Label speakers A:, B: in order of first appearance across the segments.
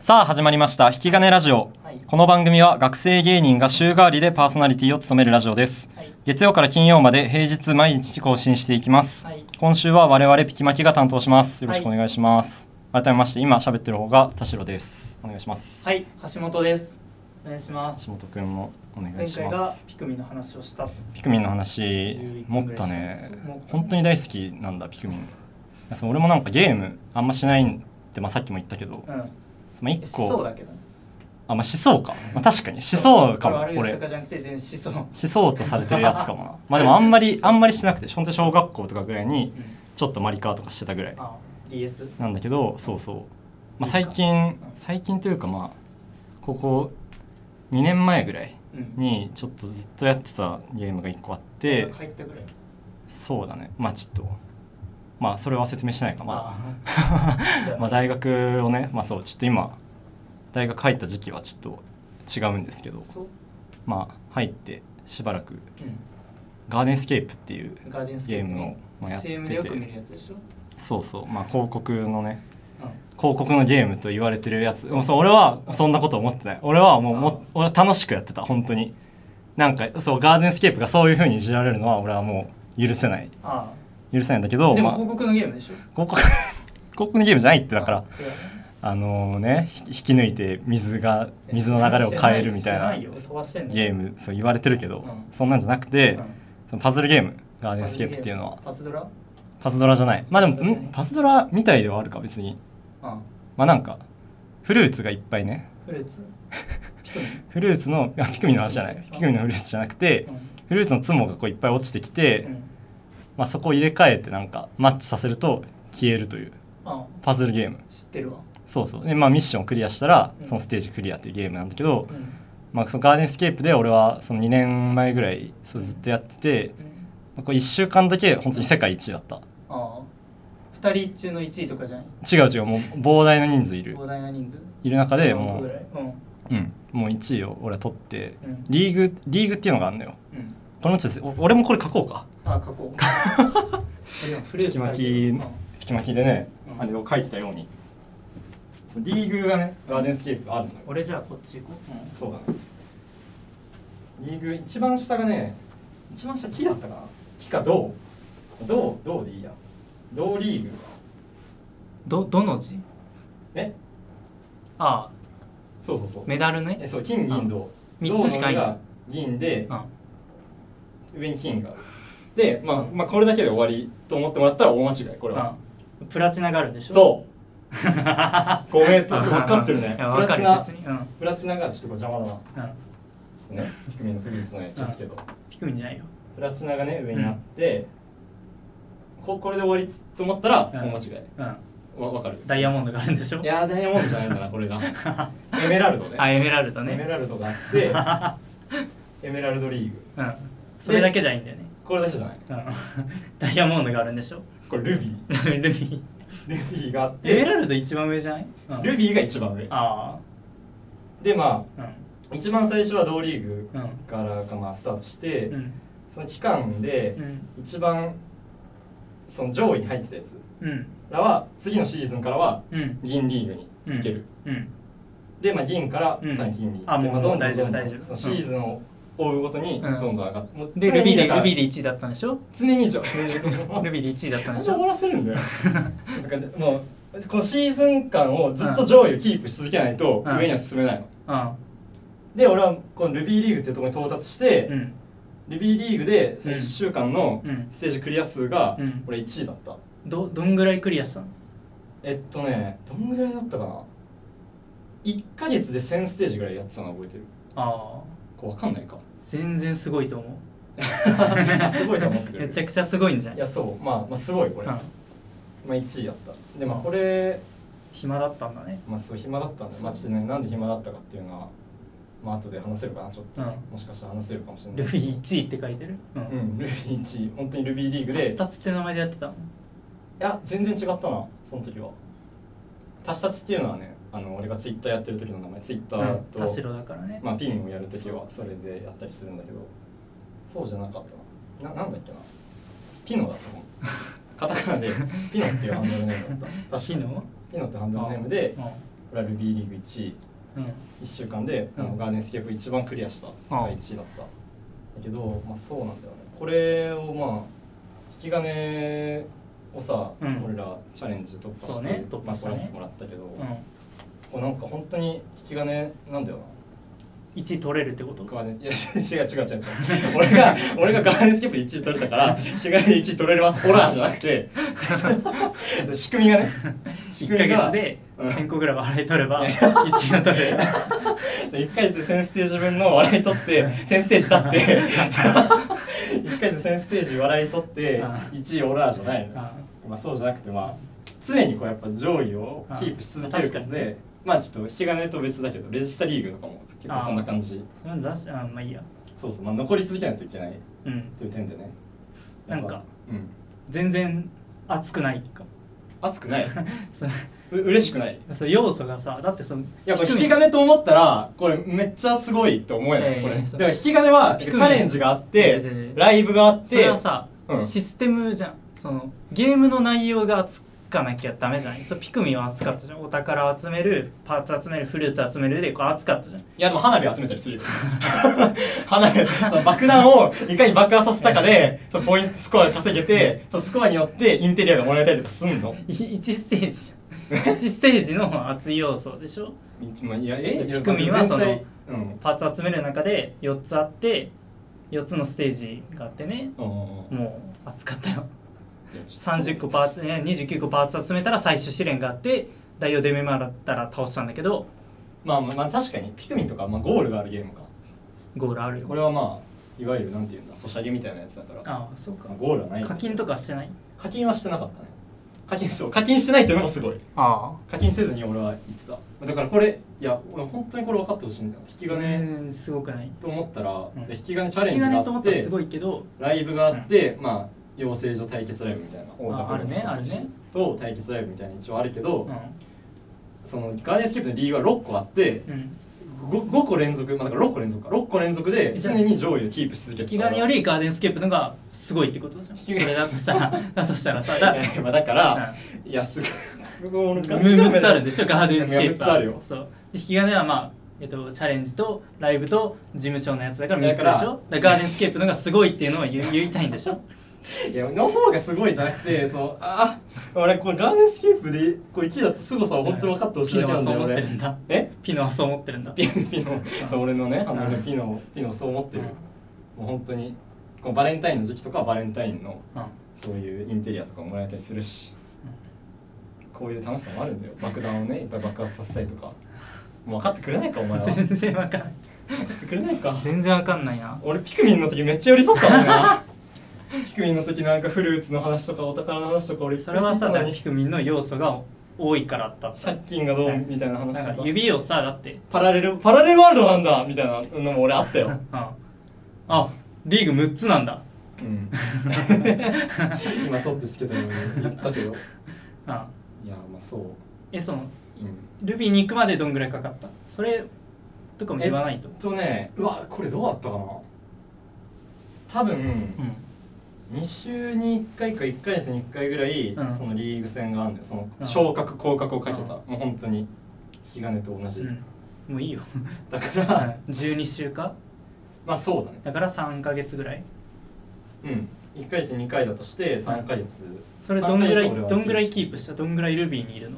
A: さあ始まりました「引き金ラジオ」
B: はい
A: この番組は学生芸人が週替わりでパーソナリティを務めるラジオです
B: はい
A: 月曜から金曜まで平日毎日更新していきます、
B: はい
A: 今週は我々ピキマキが担当しますよろしくお
B: はい
A: 願いします、改めまして今喋ってる方が田代ですお願いします
B: はい橋本ですお願いします
A: 橋本くんもお願
B: 前
A: いし
B: 回が
A: ます
B: ピクミンの話をした
A: ピクミンの話
B: 11
A: 持った
B: ぐらいし
A: ね
B: たんですよ
A: 本当に大好きなんだピクミンいやそう俺もなんかゲームあんましないって、まあ、さっきも言ったけど
B: う、ん
A: まあ、
B: え
A: 一
B: しそう
A: 個
B: だけどね
A: あ、まあ、しそうか、まあ、確かにしそうかも
B: 悪い
A: 俺
B: 人かじゃなくて全然しそう
A: しそうとされてるやつか もなまあでもあんまりあんまりしてなくて本当に小学校とかぐらいに
B: うん
A: ちょっとマリカーとかしてたぐらい
B: あ DS
A: なんだけどそうそう、まあ、最
B: いい
A: 近
B: かうん
A: 最近というかまあここ2年前ぐらい
B: うん
A: にちょっとずっとやってたゲームが1個あって
B: 入ったぐらい
A: そうだねまあちょっとまあそれは説明しないかま
B: あ ーじゃ
A: だ
B: あ
A: まあ大学をねまあそうちょっと今大学入った時期はちょっと違うんですけど
B: そう
A: まあ入ってしばらく
B: う
A: ガーデンスケープっていうん
B: ガーデンス
A: ゲ
B: ケ
A: ー
B: ープ
A: ムを
B: ね
A: まあやって
B: CM でよく見
A: て
B: るやつでしょ
A: そうそうまあ広告のね
B: う
A: 広告のゲームと言われてるやつもうそう俺はそんなこと思ってない俺はもうも俺は楽しくやってた本当になんかそうガーデンスケープがそういう風にいじられるのは俺はもう許せない
B: んあ
A: 許せないんだけ
B: あ
A: ど
B: でも
A: まあ
B: 広告のゲームでしょ
A: 広告 広告のゲームじゃないってだから
B: あ違うね
A: あのねひ引き抜いて水が水の流れを変えるみたいな
B: 知らよ飛ばしてんの
A: ゲームそう言われてるけど、
B: うん
A: そんなんじゃなくて、
B: うん
A: そのパズルゲームガーデンスケープっていうのは
B: パズドラ
A: パズドラじゃないまあでも
B: パズドラじゃない
A: んパズドラみたいではあるか別に
B: うん
A: まあなんかフルーツがいっぱいね
B: フルーツピクミン
A: フルーツのあピクミンの話じゃないピクミンのフルーツじゃなくてフルーツのツモがこういっぱい落ちてきて、
B: うんうん
A: まあ、そこを入れ替えてなんかマッチさせると消えるという
B: あ
A: パズルゲーム
B: 知ってるわ
A: そうそうでまあミッションをクリアしたら
B: うん
A: そのステージクリアっていうゲームなんだけど、
B: うん
A: まあ、そのガーデンスケープで俺はその2年前ぐらいそうずっとやってて、
B: うん
A: まあ、こう1週間だけ本当に世界一位だった
B: ああ二人中の一位とかじゃない
A: 違う違うもう膨大な人数いる
B: 膨大な人数
A: いる中で
B: 何
A: も
B: 個ぐ
A: う
B: らいうん
A: うん、もう1位を俺は取って、
B: うん
A: リーグリーグっていうのがあるんだよ
B: うん
A: これもちょっとお俺もこれ書こうか
B: あ書こう えでもフル
A: 引
B: ー
A: き
B: ツ書
A: 巻
B: い
A: き
B: てる
A: 引き巻きでね、
B: うん
A: あれを書いてたようにそのリーグがねガーデンスケープあるのよ
B: 俺じゃあこっち行こう、うん
A: そうだねリーグ一番下がね一番下木だったかな木か銅銅銅でいいや銅リーグ
B: どどの字
A: え
B: ああ
A: そうそうそう
B: メダル
A: え
B: ね
A: そう金銀銅
B: うん
A: 銅
B: 三つしかい
A: の
B: ない
A: 上が銀で
B: うん
A: 上に金があるで、まあ、まあこれだけで終わりと思ってもらったら大間違いこれは、
B: うんプラチナがあるでしょ
A: そう ごめんと
B: あ
A: 分かってるね
B: い
A: プ
B: や分
A: ラ
B: か
A: チ
B: る
A: ナ
B: 別にうんうん
A: プラチナがちょっとこれ邪魔だなちょっとね、ピクミンのフルーツのやつですけど、
B: ピクミンじゃないよ
A: プラチナがね、上にあって、ここれで終わりと思ったら、
B: うん
A: もう間違
B: うん
A: い。わわかる。
B: ダイヤモンドがあるんでしょ
A: いやー、ダイヤモンドじゃないんだな、こ れが。エメラルドね。
B: あエメラルド
A: エメ
B: ね
A: ラルドがあ って、エメラルドリーグ。
B: うんそれだけじゃいいんだよね
A: これだけじゃない。
B: うん ダイヤモンドがあるんでしょ
A: これ ルビー。
B: ルビー
A: ルビーがあっ
B: エメ
A: て、
B: ラルド一番上じゃない、うん
A: ルビーが一番上。
B: あ
A: で、ま
B: あ
A: あ、一番最初は同リーグ
B: うん
A: からがまあスタートして、
B: うんうん
A: その期間で
B: う、ん
A: 一番その上位に入ってたやつ
B: うん
A: らは、次のシーズンからは
B: うん
A: 銀リーグに
B: うん
A: 行ける。
B: うん
A: で、まあ、銀から
B: うん
A: さらに銀に、
B: あもう
A: ま
B: もう
A: どんどん
B: 大丈夫
A: どんどん
B: 大丈夫
A: そのシーズンを追うごとに
B: ん
A: どんどん上がって、もう
B: でルビーでルビー
A: で
B: で1位だったんでしょ
A: 常に以上
B: ルビーで1位だったん
A: なんで
B: でし
A: 終
B: ょ
A: わらせるんだ よだからもうこのシーズン間をずっと上位をキープし続けないと
B: うん
A: 上には進めないの、
B: うん
A: で俺はこのルビーリーグっていうところに到達して、
B: うん
A: ルビーリーグでその1週間の
B: うん
A: ステージクリア数が
B: うん
A: 俺1位だった、
B: どどんぐらいクリアしたの
A: えっとねどんぐらいだったかな1ヶ月で1000ステージぐらいやってたの覚えてる
B: ああ
A: こうわかんない か
B: 全然すごいと思
A: あすごいと思ってく
B: う
A: れ
B: め
A: る
B: ちゃくちゃすごいんじゃ
A: い
B: な
A: や
B: い
A: そうまあまあすごいこれ、
B: うん
A: まあ1位だったでまあこれ
B: 暇だったんだね
A: まあすごい暇だったんでまあちょっとねなんで暇だったかっていうのはまあ後で話せるかなちょっと、
B: うん
A: もしかしたら話せるかもしれない
B: ルビー1位って書いてるう
A: うんんルビー1位本当にルビーリーグ
B: タ
A: で
B: ス
A: い
B: タツって名前でやってたの
A: や全然違ったなその時は足したつっていうのはねあの俺がツイッターやってる時の名前ツイッタ
B: う
A: ー
B: ん
A: と、
B: 田代だからね
A: まあ、ピンをやる時はそれでやったりするんだけどそうじゃなかったなななんだっけなピノだったも んカタカナでピノっていうハンドルネームだった確か
B: ピノ
A: ピノってハンドルネームで
B: うん
A: ラグビーリーグ1位
B: うん
A: 1週間で、
B: うん
A: あのガーデンスケープ一番クリアした世界1位だっただけど、まあ、そうなんだよねこれをまあ引き金をさ、
B: うん
A: 俺らチャレンジ突破
B: そ
A: して、
B: うね突破したね
A: まあ来させてもらったけど、
B: う
A: こ
B: ん
A: れなんか本当に引き金なんだよな
B: 1位取れるってこと
A: 僕はね、いや違う違う違う違う俺が俺がガーデンスケープで1位取れたから引き金で1位取れますオラじゃなく て仕組みがね仕
B: 1
A: 組
B: ヶ
A: みが
B: 月で
A: うん
B: 1000個ぐらい笑い取れ ば1位が取 れる
A: 一回で1000ステージ分の笑い取って1000ステージ立っ て一回で1000ステージ笑い取って
B: うん
A: 1位オラーじゃないの、
B: あ
A: まあ、そうじゃなくてまあ常にこうやっぱ上位をキープし続けること
B: うん確かに
A: で、まあちょっと引き金と別だけどレジスタリーグとかも結構そんな感じ
B: それ出しあまあいいや
A: そうそう、まあ、残り続けないといけない
B: うん
A: という点でね
B: なんか
A: やっぱうん
B: 全然熱くないかも
A: 熱くない
B: その
A: う嬉しくない
B: その要素がさだってその
A: やっぱ
B: 低
A: 引
B: い
A: き金と思ったらこれめっちゃすごいと思えない
B: いやい
A: こ
B: や
A: れだ
B: そう
A: から引き金はチ
B: 低い
A: ャレンジがあっ
B: いやいやい
A: て
B: や
A: ライブがあって
B: それはさ、
A: うん
B: システムじゃんそのゲームの内容が熱かなきゃダメじゃないそうピクミンは熱かったじゃんお宝集めるパーツ集めるフルーツ集めるでこう熱かったじゃん
A: いやでも花火集めたりするよ 花火その爆弾をいかに爆破させたか でそのポイントスコア稼げてそのスコアによってインテリアがもらえたりとかすんの
B: 1ステージじゃん 1ステージの熱い要素でしょ
A: 一万いやえ
B: 低みはその
A: 全体うん
B: パーツ集める中で4つあって4つのステージがあってね
A: うん
B: もう熱かったよ
A: いやちょっと
B: 30個パーツえ29個パーツ集めたら最終試練があってダイオデメマだったら倒したんだけど
A: まあまあまあ確かにピクミンとかまあゴールがあるゲームか
B: ゴールあるよ
A: これはまあいわゆるなんていうんだソシャゲみたいなやつだから
B: ああそうか
A: まあゴールはない
B: 課金とかしてない
A: 課金はしてなかったね課金そう課金してないっていうのもすごい
B: あ
A: 課金せずに俺は言ってただからこれいや俺本当にこれ分かってほしいんだよ引き金
B: すごくない
A: と思ったら、
B: ん
A: で引き金チャ
B: 引
A: レン
B: き
A: ジが
B: 金
A: あ
B: と思
A: っ
B: ったら
A: て
B: すごいけど
A: ライブがあって、まあ養成所対決ライブみたいな大田
B: ああるね
A: の人たち
B: あるね
A: と対決ライブみたいな一応あるけど、
B: うん
A: そのガーデンスケープの理由は6個あって
B: うん、
A: 5, 個連続、まあ、だから6個連続か6個連続で常に上位をキープし続け
B: 引
A: て
B: き金よりガーデンスケープのがすごいってことじゃんそれだとしたらだとしたらさだっ て
A: いやまあだから、いや すごい
B: 6つあるんでしょガーデンスケープ
A: 6つあるよ
B: そうで引き金はまあ、えっと、チャレンジとライブと事務所のやつだから3つで
A: だ
B: し
A: から
B: ょだからガーデンスケープのがすごいっていうのを言う言いたいんで しょ
A: いやの方がすごいじゃなく てそのああ俺このガーデンスケープでこう1位だった凄さを本当に分かってほしいだけなんだよ
B: ピノはそう思
A: 俺
B: ってるんだ
A: え
B: ピノはそう思ってるんだ
A: ピピノそう俺のねあの
B: うん
A: ピノピノそう思ってる
B: うん
A: もう本当にこのバレンタインの時期とかはバレンタインの
B: うん
A: そういうインテリアとかもらえたりするしこういう楽しさもあるんだよ爆弾をねいっぱい爆発させたりとかもう分かってくれないかお前は分
B: 全然わかんない
A: かってくれないか
B: 全然わかんないな
A: 俺ピクミンの時めっちゃ寄り添ったもん なピクミンの時なんかフルーツの話とかお宝の話とか俺
B: それはさだ
A: だ
B: からピクミンの要素が多いからだった
A: 借金がどうみたいな話
B: なん
A: と
B: か
A: か
B: 指をさだって
A: パラレルパラレルワールドなんだみたいなのも俺あったよ
B: ああリーグ6つなんだ
A: うん 今取ってつけたのに言ったけどい
B: あ
A: やまあそう、
B: えそ
A: う
B: の
A: ん、
B: ルビーに行くまでどんぐらいかかったそれとかも言わないと
A: えっとねうわこれどうだったかな多分
B: うん
A: 2週に1回か1ヶ月に1回ぐらい、
B: うん
A: そのリーグ戦があるんだよその
B: うん
A: 昇格降格をかけた、
B: う
A: もう本当に引き金と同じ、
B: うんも ういいよ
A: だから、
B: はい12週か
A: まあそうだね
B: だから3か月ぐらい
A: うん1ヶ月2回だとして3ヶ月、
B: それどんぐら
A: 3ヶ
B: い
A: 月俺は
B: どんぐらいキープしたどんぐらいルビーにいるの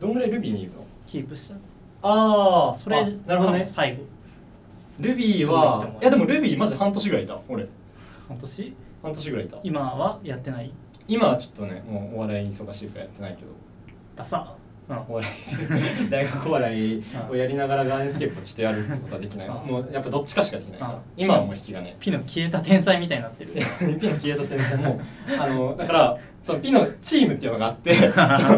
A: どんぐらいルビーにいるの
B: キープした
A: ああ
B: それ
A: なるほどね
B: 最後
A: ルビー
B: そうだ
A: は
B: ね
A: いやでもルビーマジで半年ぐらいいた俺
B: 半年
A: 半年ぐらいいた
B: 今はやってない
A: 今はちょっとねもうお笑い忙しいからやってないけど
B: ダサうん
A: お笑い 大学お笑いをやりながらガーデンスケープをちょっとやるってことはできないわ
B: うん
A: もうやっぱどっちかしかできないか
B: う
A: ら
B: ん
A: 今はもう引き 金
B: ピノ消えた天才みたいになってる
A: ピの消えた天才もあのだからそのピのチームっていうのがあって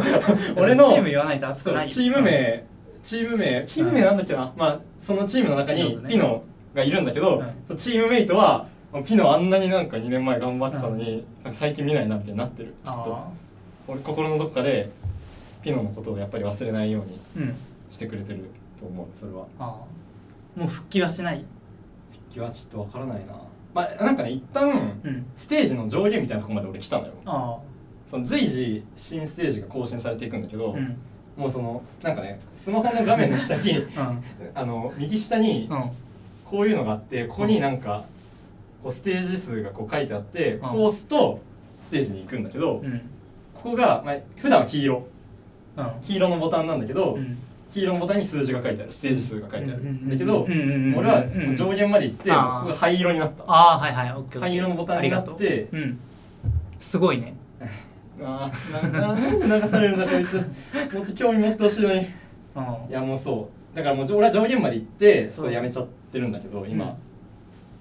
A: 俺の
B: チーム言わないと熱くないよ
A: チーム名チーム名チーム名なんだっけな、まあそのチームの中
B: ピノ
A: に
B: ズね
A: ピノがいるんだけど、
B: うん
A: そのチームメイトはピノあんなになんか2年前頑張ってたのに、なんか最近見ないなみたいになってるちょっと
B: あ
A: 俺心のどっかでピノのことをやっぱり忘れないように
B: ーうん
A: してくれてると思うそれは
B: あーもう復帰はしない
A: 気はちょっとわからないなまあなんかね一旦
B: うん
A: ステージの上限みたいなとこまで俺来たのよ
B: あ
A: その随時新ステージが更新されていくんだけ
B: あ
A: ど、
B: うん
A: もうそのなんかねスマホの画面の下に
B: うん
A: あの右下に
B: うん
A: こういうのがあってここになんかこうステージ数がこう書いてあって
B: ん
A: こう押すとステージに行くんだけど
B: うん
A: ここが、まあ、普段は黄色
B: うん
A: 黄色のボタンなんだけど
B: うん
A: 黄色のボタンに数字が書いてあるステージ数が書いてある
B: うんうんうん
A: んだけど
B: うんうんうん
A: 俺は
B: うん
A: 上限まで行ってここ
B: あー
A: が灰色になった
B: ああはいはいオッケーオッケー
A: 灰色のボタンになっ
B: あり
A: て
B: がとううんすごいね
A: あーなななんで流されるんだこいつもっと興味持ってほしいのにい
B: うん
A: やもうそうだからもう俺は上限まで行って
B: そう
A: そうやめちゃってるんだけど今
B: うん
A: だ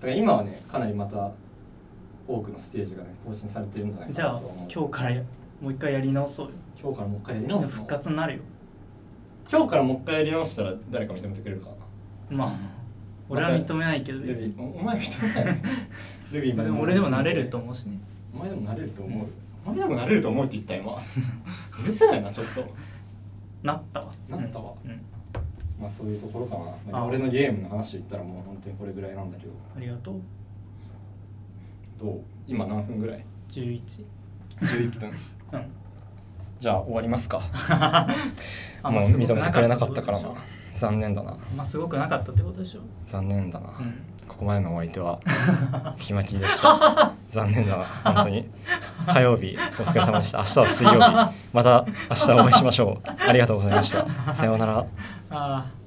A: から今はねかなりまた多くのステージがね更新されてるんじゃない
B: じ
A: かな
B: ゃ
A: と
B: あ
A: は思う
B: 今日からやもう一回やり直そうよ
A: 今日からもう一回やり
B: ピ
A: 直
B: の
A: す
B: 復
A: の
B: 活になるよ
A: 今日からもう一回やり直したら誰か認めてくれるかな
B: まあ俺は認めないけど
A: ル
B: 別
A: ビ
B: に
A: ーおお前認めない のルビー
B: でも俺でもなれると思うしね
A: お前でもなれると思うお前でもなれると思うって言った 今許せないなちょっと
B: なったわ
A: なったわ
B: うんうん
A: まあそういうところかな、まあ
B: あ
A: 俺のゲームの話を言ったらもう本当にこれぐらいなんだけど
B: ありがとう
A: どう今何分ぐらい
B: 11
A: ?11 分
B: うん
A: じゃあ終わりますか
B: あ
A: もう
B: すご
A: 認めてくれなかったから
B: な
A: な
B: かってことでし
A: 残念だな
B: ょまあすごくなかったってことでしょ
A: 残念だな、
B: うん
A: ここまでのお相手は ピキマキでした 残念だな本当に火曜日お疲れ様でした明日は水曜日また明日お会いしましょうありがとうございましたさようなら
B: ああ